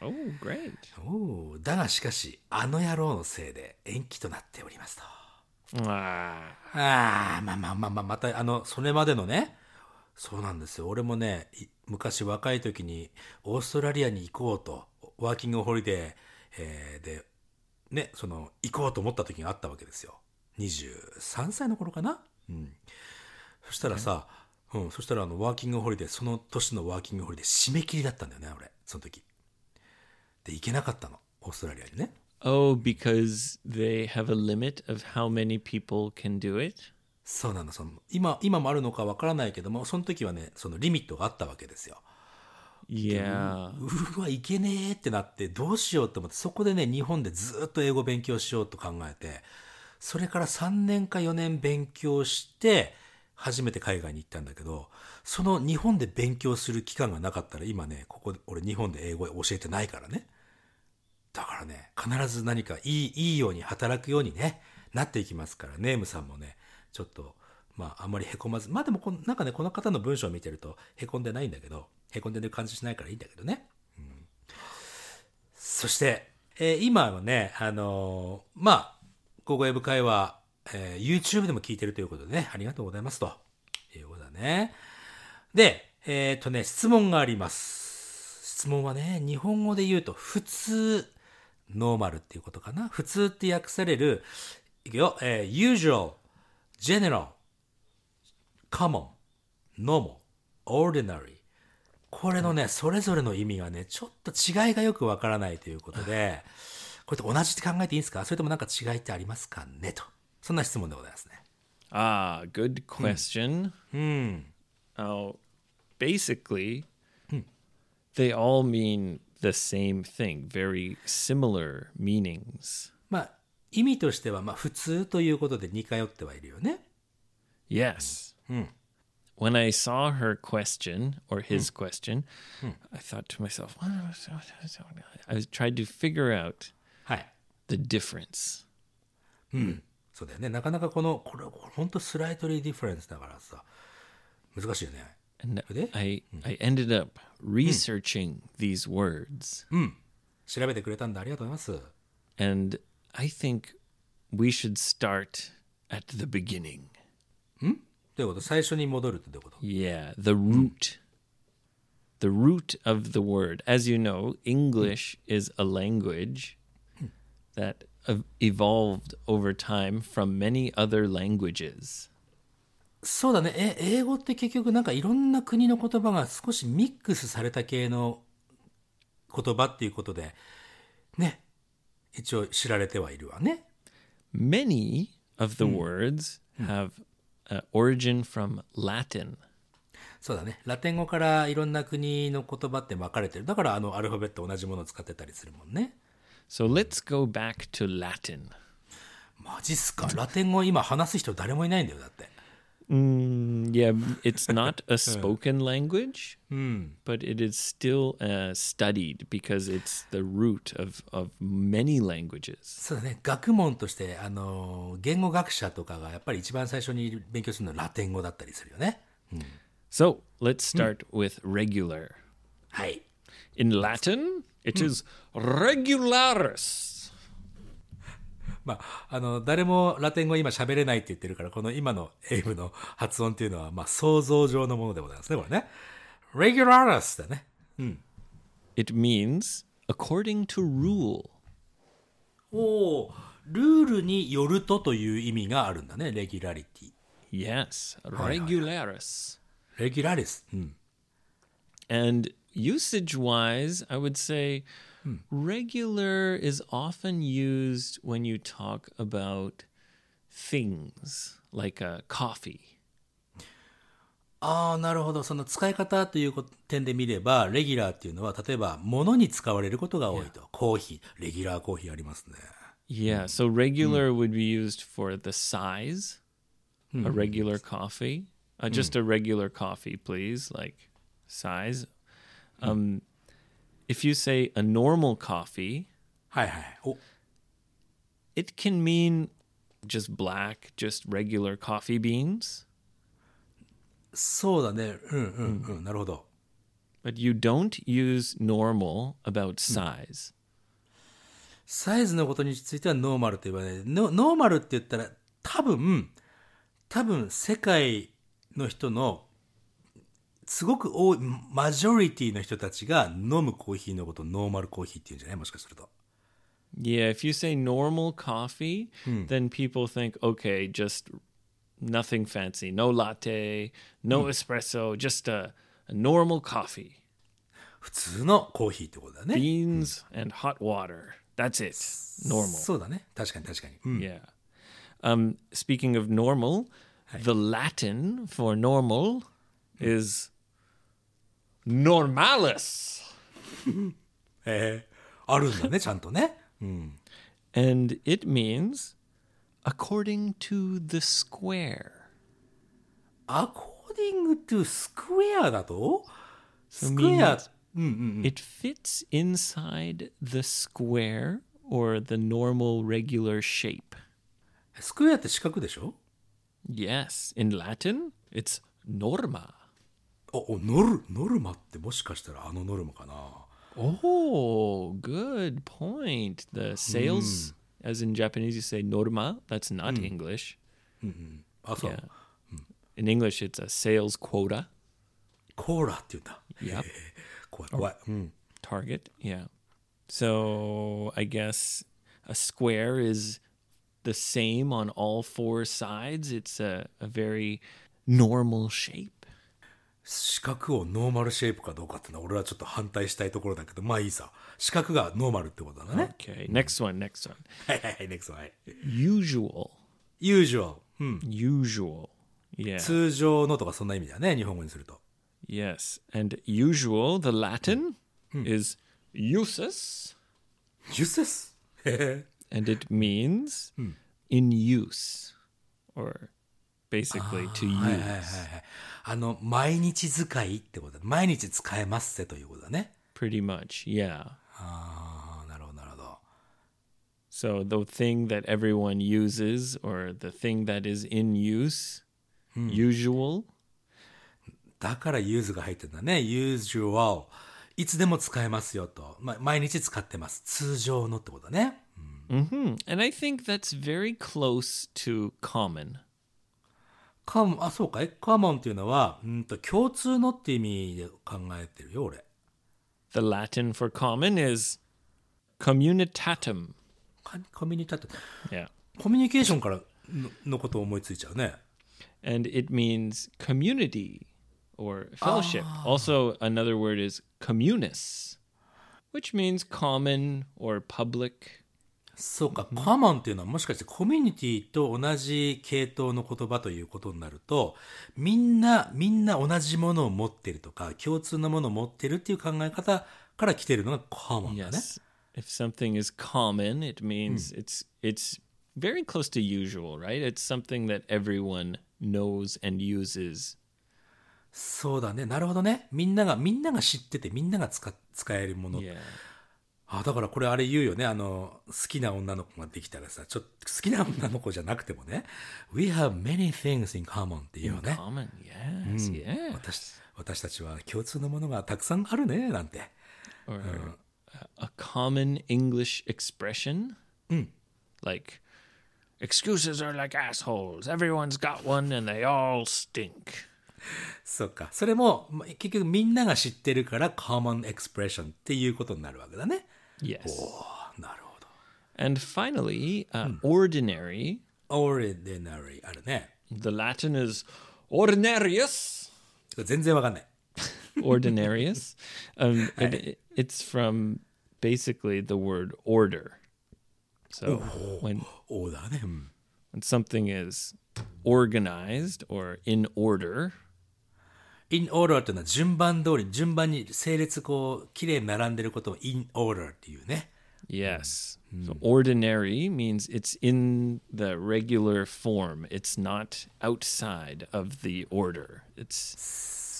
[SPEAKER 1] Oh, great.
[SPEAKER 2] おーだがしかし、あの野郎のせいで延期となっておりますと。
[SPEAKER 1] Ah.
[SPEAKER 2] ああ、まあまあまあまあ、また、あの、それまでのね、そうなんですよ。俺もね、い昔若い時に、オーストラリアに行こうと、ワーキングホリデー、えーで、ね、その、行こうと思った時があったわけですよ。23歳の頃かなうん。そしたらさ、うん、そしたらあのワーキングホリデーその年のワーキングホリデー締め切りだったんだよね俺その時で行けなかったのオーストラリアにね
[SPEAKER 1] Oh, because they have a limit of how many people can do it?
[SPEAKER 2] そうなのその今今もあるのかわからないけどもその時はねそのリミットがあったわけですよ
[SPEAKER 1] Yeah.
[SPEAKER 2] うわいけねえってなってどうしようと思ってそこでね日本でずっと英語勉強しようと考えてそれから3年か4年勉強して初めて海外に行ったんだけどその日本で勉強する期間がなかったら今ねここで俺日本で英語教えてないからねだからね必ず何かいいいいように働くようにねなっていきますからネームさんもねちょっとまああんまりへこまずまあでもこのなんかねこの方の文章を見てるとへこんでないんだけどへこんでる感じしないからいいんだけどね、うんそして、えー今はねあのーまあここ英語会話、えー YouTube でも聞いてるということでねありがとうございますということだねでえっ、とね質問があります質問はね日本語で言うと普通ノーマルっていうことかな普通って訳されるいくよ、えー usual general common normal ordinary これのね、それぞれの意味がねちょっと違いがよくわからないということでこれと同じって考えていいんですかそれともなんか違いってありますかねとそんな質問でございますね
[SPEAKER 1] Ah, good question. Hmm. Oh, basically, they all mean the same thing, very similar meanings.
[SPEAKER 2] まあ意味としてはまあ普通ということで似通ってはいるよね
[SPEAKER 1] Yes. When I saw her question or his question, I thought to myself, "What was- what was- what was-" I was- tried to figure out
[SPEAKER 2] はい
[SPEAKER 1] the difference.
[SPEAKER 2] そうだよねなかなかこのこれこれほんとスライトリーディフェレンスだからさ難しいよね
[SPEAKER 1] And
[SPEAKER 2] Really?
[SPEAKER 1] I, I ended up researching these words.
[SPEAKER 2] 調べてくれたんでありがとうございます
[SPEAKER 1] And I think we should start at the beginning.
[SPEAKER 2] ということ最初に戻るってどういうこと
[SPEAKER 1] Yeah, the root. The root of the word. As you know, English is a language that ev- evolved over time from many other languages.
[SPEAKER 2] そうだねえ英語って結局なんかいろんな国の言葉が少しミックスされた系の言葉っていうことでね一応知られてはいるわね
[SPEAKER 1] Many of the words have uh, origin from Latin.
[SPEAKER 2] そうだねラテン語からいろんな国の言葉って分かれてるだからあのアルファベット同じものを使ってたりするもんね
[SPEAKER 1] So let's go back to Latin.
[SPEAKER 2] マジっすかラテン語今話す人誰もいないんだよだって
[SPEAKER 1] Mm, yeah, it's not a spoken language, but it is still uh, studied because it's the root of, of many languages.
[SPEAKER 2] そうだね学問としてあの言語学者とかがやっぱり一番最初に勉強するのはラテン語だったりするよね
[SPEAKER 1] So let's start with regular.
[SPEAKER 2] はい
[SPEAKER 1] In Latin, it is regularis.
[SPEAKER 2] まあ、あの、誰もラテン語今喋れないって言ってるから、この今のエイブの発音っていうのは、まあ、想像上のものでございますね、これね。regularis だね。
[SPEAKER 1] It means according to rule.
[SPEAKER 2] おお、ルールによるとという意味があるんだね、レギュラリティ。
[SPEAKER 1] Yes,
[SPEAKER 2] aye.
[SPEAKER 1] regularis.
[SPEAKER 2] レギュラリス。うん。
[SPEAKER 1] And usage wise, I would say regular is often used when you talk about things like uh, coffee.
[SPEAKER 2] ああ、なるほど。その使い方という点で見れば、レギュラーっていうのは、例えば、物に使われることが多いと。コーヒー、レギュラーコーヒーありますね。
[SPEAKER 1] Yeah, so regular would be used for the size, a regular coffee, uh, just a regular coffee, please, like size. Um, if you say a normal coffee,
[SPEAKER 2] はいはい。お、
[SPEAKER 1] it can mean just black, just regular coffee beans.
[SPEAKER 2] そうだね。うんうんうん。なるほど。
[SPEAKER 1] But you don't use normal about size.
[SPEAKER 2] サイズのことについてはノーマルと言わないノノーマルって言ったら多分多分世界の人のすごく多いマジョリティの人たちが飲むコーヒーのことをノーマルコーヒーって言うんじゃないもしかすると
[SPEAKER 1] Yeah, if you say normal coffee, then people think, okay, just nothing fancy, no latte, no espresso, just a, a normal coffee,
[SPEAKER 2] 普通のコーヒーってことだね。
[SPEAKER 1] beans and hot water. That's it. Normal.
[SPEAKER 2] そうだね。確かに確かに。うん
[SPEAKER 1] Yeah. Um, speaking of normal, the Latin for normal is normalis.
[SPEAKER 2] えーあるん だね、ちゃんとね。
[SPEAKER 1] And it means according to the square.
[SPEAKER 2] アコーディングトゥスクエアだとスク
[SPEAKER 1] meaning
[SPEAKER 2] エア
[SPEAKER 1] it's- It fits inside the square or the normal regular shape.
[SPEAKER 2] スクエアって四角でしょ
[SPEAKER 1] Yes, in Latin, it's norma.
[SPEAKER 2] おおノルノルマってもしかしたらあのノルマかな
[SPEAKER 1] Oh, good point. The sales, as in Japanese, you say norma. That's not English.
[SPEAKER 2] あそう、
[SPEAKER 1] Yeah. In English, it's a sales quota
[SPEAKER 2] コーラって言うんだ
[SPEAKER 1] Yep.
[SPEAKER 2] 怖い怖い、うん、
[SPEAKER 1] target. Yeah. So I guess a square is the same on all four sides. It's a, a very normal shape.
[SPEAKER 2] 四角をノーマルシェイプかどうかってのは俺はちょっと反対したいところだけどまあいいさ四角がノーマルってことだね
[SPEAKER 1] Okay. Next one. Next one.
[SPEAKER 2] はいはいはい NEXT はい
[SPEAKER 1] Usual.
[SPEAKER 2] usual、うん、
[SPEAKER 1] Usual. Yeah.
[SPEAKER 2] 通常のとかそんな意味だね日本語にすると
[SPEAKER 1] Yes. And usual, the Latin is usus,
[SPEAKER 2] ジュースですへ
[SPEAKER 1] and it means in use or basically to
[SPEAKER 2] えはいはいはいは
[SPEAKER 1] use.
[SPEAKER 2] いあの毎日使いってことだ毎日使えますせということだね
[SPEAKER 1] Pretty much. Yeah.
[SPEAKER 2] ああなるほどなるほど
[SPEAKER 1] So the thing that everyone uses or the thing that is in use, Hmm. usual.
[SPEAKER 2] だからユーズが入ってんだね。usual。いつでも使えますよと。ま、毎日使ってます。通常のってことだね。
[SPEAKER 1] hmm And I think that's very close to common.
[SPEAKER 2] カモン、あ、そうかい。カモンっていうのは、うんと、共通のって意味で考えてるよ、俺。
[SPEAKER 1] The Latin for common is communitatum.
[SPEAKER 2] カコミュニタって、
[SPEAKER 1] Yeah.
[SPEAKER 2] コミュニケーションからののことを思いついちゃうね。
[SPEAKER 1] and it means community or fellowship. Also, another word is communis, which means common or public.
[SPEAKER 2] そうか、カモンっていうのはもしかしてコミュニティと同じ系統の言葉ということになると、みんな、みんな同じものを持ってるとか、共通のものを持ってるっていう考え方から来てるのがカモンだね。
[SPEAKER 1] Yes. If something is common, it means it's it's very close to usual, right? It's something that everyone knows and uses.
[SPEAKER 2] そうだね。なるほどね。みんなが、みんなが知ってて、みんなが使、使えるもの。
[SPEAKER 1] Yeah.
[SPEAKER 2] あ、だからこれあれ言うよね。あの、好きな女の子ができたらさ、ちょっと、好きな女の子じゃなくてもね、We have many things in common って言うよね。
[SPEAKER 1] Common, yes, yeah.
[SPEAKER 2] 私、私たちは共通のものがたくさんあるね、なんて。
[SPEAKER 1] Or a common English expression. Like excuses are like assholes. Everyone's got one and they all stink.
[SPEAKER 2] そうか。それも、ま結局みんなが知ってるから、common expression っていうことになるわけだね。
[SPEAKER 1] Yes.
[SPEAKER 2] あなるほど。
[SPEAKER 1] And finally, uh, ordinary.
[SPEAKER 2] ordinary あるね。
[SPEAKER 1] The Latin is ordinarius.
[SPEAKER 2] 全然わかんない。
[SPEAKER 1] Ordinarius. um, it- it- it's from basically the word order. So when,
[SPEAKER 2] おだね。うん
[SPEAKER 1] when something is organized or in order,
[SPEAKER 2] in order っていうのは順番通り、順番に整列こう、綺麗に並んでることを in order っていうね。
[SPEAKER 1] Yes. So ordinary means it's in the regular form. It's not outside of the order. It's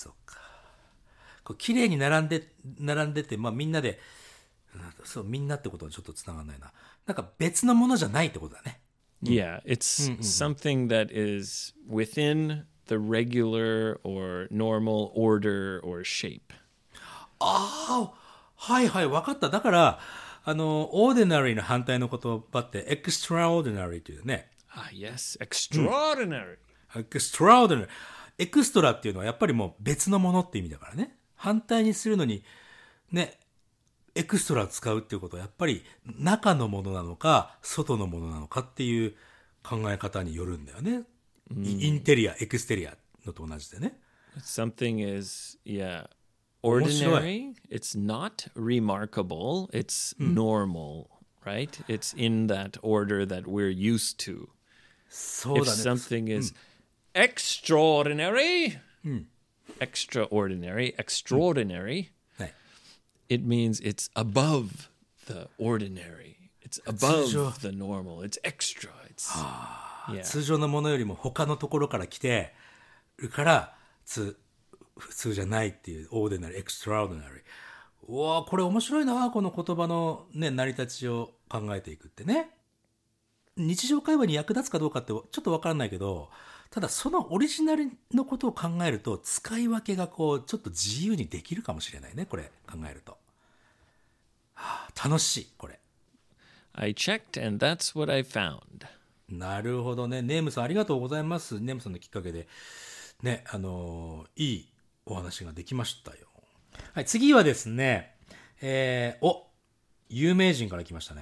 [SPEAKER 2] そうか。こう、綺麗に並んで、並んでて、まあみんなで、うんそう、みんなってことはちょっと繋がんないな。なんか別のものじゃないってことだね。
[SPEAKER 1] yeah, it's something that is within the regular or normal order or shape.
[SPEAKER 2] はいはい、わかった。だから、あの、ordinary の反対の言葉って、extraordinary というね。
[SPEAKER 1] Ah, yes, extraordinary.
[SPEAKER 2] extraordinary。エクストラっていうのはやっぱりもう別のものって意味だからね。反対にするのに、ね、エクストラ使うっていうことはやっぱり中のものなのか、外のものなのかっていう考え方によるんだよね。インテリアエクステリアのと同じでね
[SPEAKER 1] Something is, yeah,
[SPEAKER 2] 面白い。
[SPEAKER 1] ordinary. It's not remarkable. It's normal, right? It's in that order that we're used to.
[SPEAKER 2] そう
[SPEAKER 1] If
[SPEAKER 2] だね
[SPEAKER 1] something is extraordinary, extraordinary, extraordinary,
[SPEAKER 2] はい
[SPEAKER 1] it means it's above the ordinary. It's
[SPEAKER 2] 通常。
[SPEAKER 1] above the normal. It's extra. It's yeah.
[SPEAKER 2] 通常のものよりも他のところから来てるからつ普通じゃないっていうオーデナリーエクストラオーデナリーうわーこれ面白いなこの言葉の、ね、成り立ちを考えていくってね日常会話に役立つかどうかってちょっと分からないけどただそのオリジナルのことを考えると使い分けがこうちょっと自由にできるかもしれないねこれ考えると、はあ、楽しいこれ
[SPEAKER 1] I checked, and that's what I found.
[SPEAKER 2] なるほどね。ネームさんありがとうございます。ネームさんのきっかけで。ね、あのーいいお話ができましたよ。はい、次はですね、えー、お、有名人から来ましたね。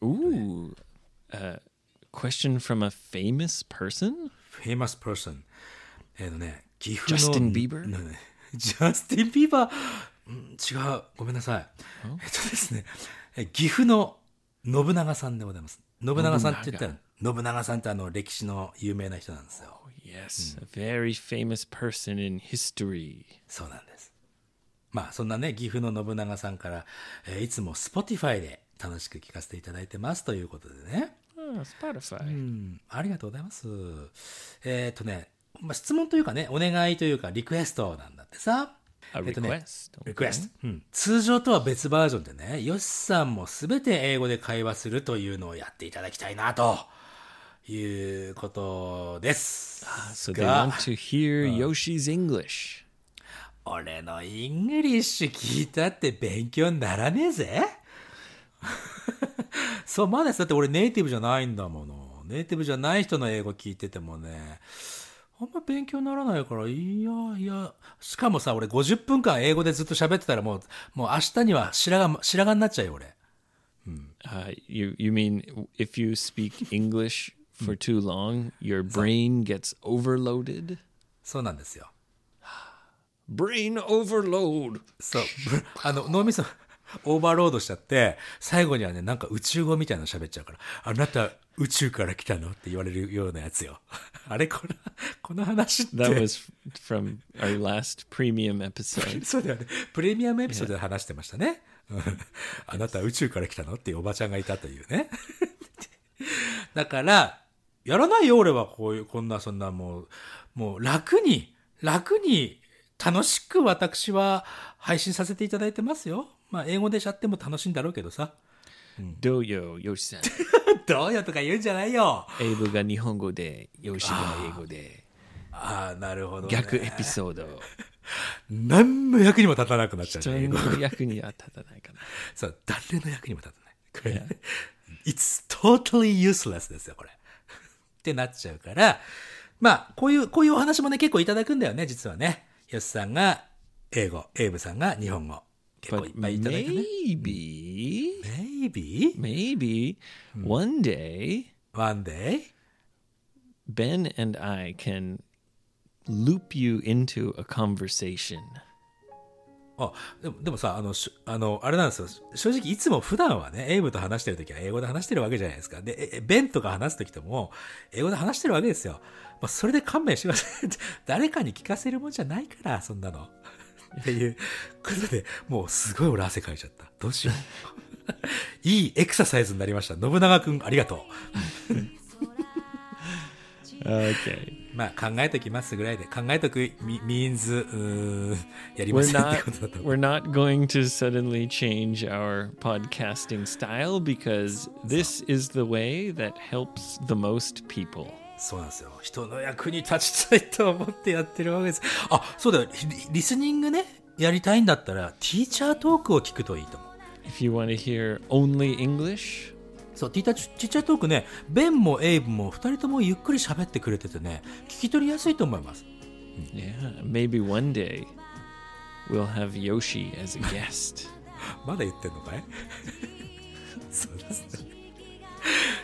[SPEAKER 1] Ooh, uh, question from a famous person?
[SPEAKER 2] famous person。えー、のね、岐阜の。
[SPEAKER 1] Justin Bieber？
[SPEAKER 2] なねジャスティン・ビーバー。うん違う。ごめんなさい。えっとですね、え岐阜の信長さんでございます。信長さんって言ったら、信長さんってあの歴史の有名な人なんですよ。
[SPEAKER 1] Yes, a very famous person in history.
[SPEAKER 2] そうなんです。まあそんなね、岐阜の信長さんから、えーいつも Spotify で楽しく聞かせていただいてますということでね。
[SPEAKER 1] Oh, Spotify.
[SPEAKER 2] うん、ありがとうございます。えーっ、とね、まあ、質問というかね、お願いというかリクエストなんだってさ。
[SPEAKER 1] A
[SPEAKER 2] えっとね
[SPEAKER 1] request.
[SPEAKER 2] リクエスト、うん、通常とは別バージョンでね、ヨシさんも全て英語で会話するというのをやっていただきたいなということです。
[SPEAKER 1] So they
[SPEAKER 2] が
[SPEAKER 1] want to hear Yoshi's English.
[SPEAKER 2] 俺のイングリッシュ聞いたって勉強にならねえぜ そう、まだです。だって俺ネイティブじゃないんだもの。ネイティブじゃない人の英語聞いててもね、あんま勉強にならないから、いやいや、しかもさ、俺50分間英語でずっと喋ってたらもう、もう明日には白髪、白髪になっちゃうよ、俺。
[SPEAKER 1] Uh, you you mean if you speak English for too long, your brain gets overloaded?
[SPEAKER 2] そうなんですよ。
[SPEAKER 1] Brain overload.
[SPEAKER 2] そう、ぶ あの、脳みそ、オーバーロードしちゃって、最後にはね、なんか宇宙語みたいなの喋っちゃうから、あなた宇宙から来たのって言われるようなやつよ。 あれこの、この話って
[SPEAKER 1] That was f- from our last premium episode.
[SPEAKER 2] そうだよね。プレミアムエピソードで話してましたね。うんあなた宇宙から来たのっていうおばちゃんがいたというね。 だから、やらないよ、俺は。こういう、こんな、そんな、もう、もう楽に、楽に、楽しく私は配信させていただいてますよ。まあ、英語でしちゃっても楽しいんだろうけどさ。
[SPEAKER 1] Doyo Yoshi-san.
[SPEAKER 2] どうよとか言うんじゃないよ。
[SPEAKER 1] 英語が日本語で、Yoshi が英語で、
[SPEAKER 2] ああ、なるほど、ね。
[SPEAKER 1] 逆エピソード。
[SPEAKER 2] 何の役にも立たなくなっちゃう
[SPEAKER 1] 人
[SPEAKER 2] ね、英語
[SPEAKER 1] の役には立たないかな。
[SPEAKER 2] そう、誰の役にも立たない。これ、it's totally useless ですよ、これ。ってなっちゃうから、まあ、こういう、こういうお話もね、結構いただくんだよね、実はね。ヨシさんが英語、エイブさんが日本語。結構い
[SPEAKER 1] But
[SPEAKER 2] っぱいいただいてね。
[SPEAKER 1] maybe,
[SPEAKER 2] Maybe
[SPEAKER 1] maybe one day
[SPEAKER 2] one day?
[SPEAKER 1] Ben and I can loop you into a conversation.
[SPEAKER 2] あでもでもさあのしあの、あれなんですよ。正直、いつも普段はね、エイブと話してるときは英語で話してるわけじゃないですか。で、ええベンとか話すときとも、英語で話してるわけですよ。まあ、それで勘弁して ください。誰かに聞かせるもんじゃないから、そんなの。 っていうことで、もうすごい俺汗かいちゃった。どうしよう。 いいエクササイズになりました。信長くん、ありがと
[SPEAKER 1] Okay.
[SPEAKER 2] う。まあ、考えときますぐらいで、考えとくミミーンズ、うーん、やりま
[SPEAKER 1] We're
[SPEAKER 2] せんってことだ
[SPEAKER 1] not
[SPEAKER 2] と。
[SPEAKER 1] we're not going to suddenly change our podcasting style because this is the way that helps the most people.
[SPEAKER 2] そうなんですよ。人の役に立ちたいと思ってやってるわけです。あ、そうだよ。リリスニングね、やりたいんだったら、ティーチャートークを聞くといいと思う。
[SPEAKER 1] If you want to hear only English,
[SPEAKER 2] そう、ティーチャーティーチャートークね、ベンもエイブも二人ともゆっくり喋ってくれててね、聞き取りやすいと思います。
[SPEAKER 1] yeah, maybe one day we'll have Yoshi as a guest.
[SPEAKER 2] まだ言ってんのかいそうですね。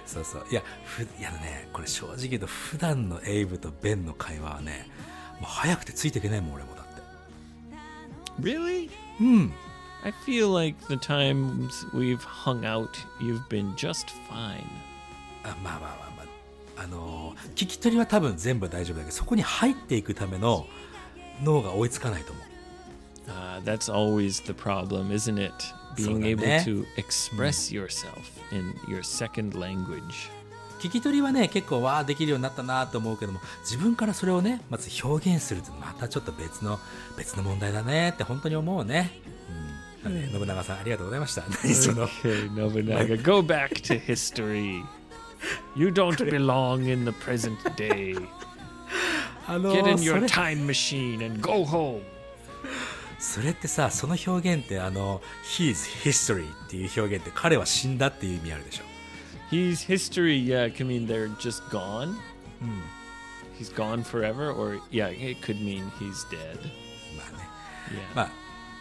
[SPEAKER 2] そうそういやふいやねこれ正直言うと普段のエイブとベンの会話はねもう早くてついていけないもん俺もだって
[SPEAKER 1] Really?
[SPEAKER 2] うん
[SPEAKER 1] Hmm. I feel like the times we've hung out, you've been just fine.
[SPEAKER 2] あまあまあまあまああのー聞き取りは多分全部大丈夫だけどそこに入っていくための脳が追いつかないと思う
[SPEAKER 1] Uh, that's always the problem, isn't it? Being
[SPEAKER 2] So
[SPEAKER 1] able
[SPEAKER 2] that-
[SPEAKER 1] to express yourself in your second language.
[SPEAKER 2] 聞き取りはね結構わあできるようになったなと思うけども自分からそれをねまず表現するってまたちょっと別の別の問題だねって本当に思うね、うんなんで信長さんありがとうございました 何その
[SPEAKER 1] Okay, Nobunaga, go back to history. You don't belong in the present day.
[SPEAKER 2] あの
[SPEAKER 1] Get
[SPEAKER 2] ー
[SPEAKER 1] in
[SPEAKER 2] そ
[SPEAKER 1] your
[SPEAKER 2] れ
[SPEAKER 1] time machine and go home.
[SPEAKER 2] それってさその表現ってあの「He's history」っていう表現って彼は死んだっていう意味あるでしょ
[SPEAKER 1] He's history. Yeah, I mean they're just gone. He's gone forever, or yeah, it could mean he's dead.
[SPEAKER 2] まあね
[SPEAKER 1] Yeah.
[SPEAKER 2] まあ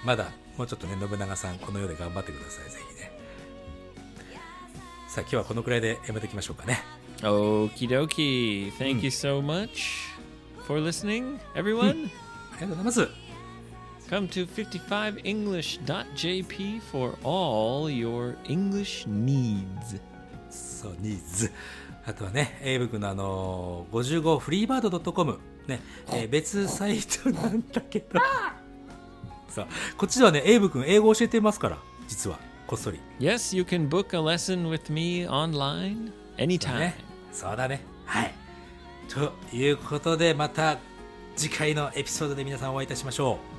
[SPEAKER 2] まだもうちょっとね信長さんこの世で頑張ってくださいぜひねさあ今日はこのくらいでやめておきましょうかね
[SPEAKER 1] Okie dokie. Thank you so much for listening, everyone.
[SPEAKER 2] ありがとうございます
[SPEAKER 1] Come to 55english.jp for all your English needs.
[SPEAKER 2] そう、ニーズ。あとはね、エイブ君のあのー、55フリーバード .com。ね、えー別サイトなんだけど。そう、こっちではね、エイブ君英語教えてますから、実は、こっそり。
[SPEAKER 1] Yes, you can book a lesson with me online
[SPEAKER 2] ね
[SPEAKER 1] anytime.。
[SPEAKER 2] そうだね。はい。ということで、また次回のエピソードで皆さんお会いいたしましょう。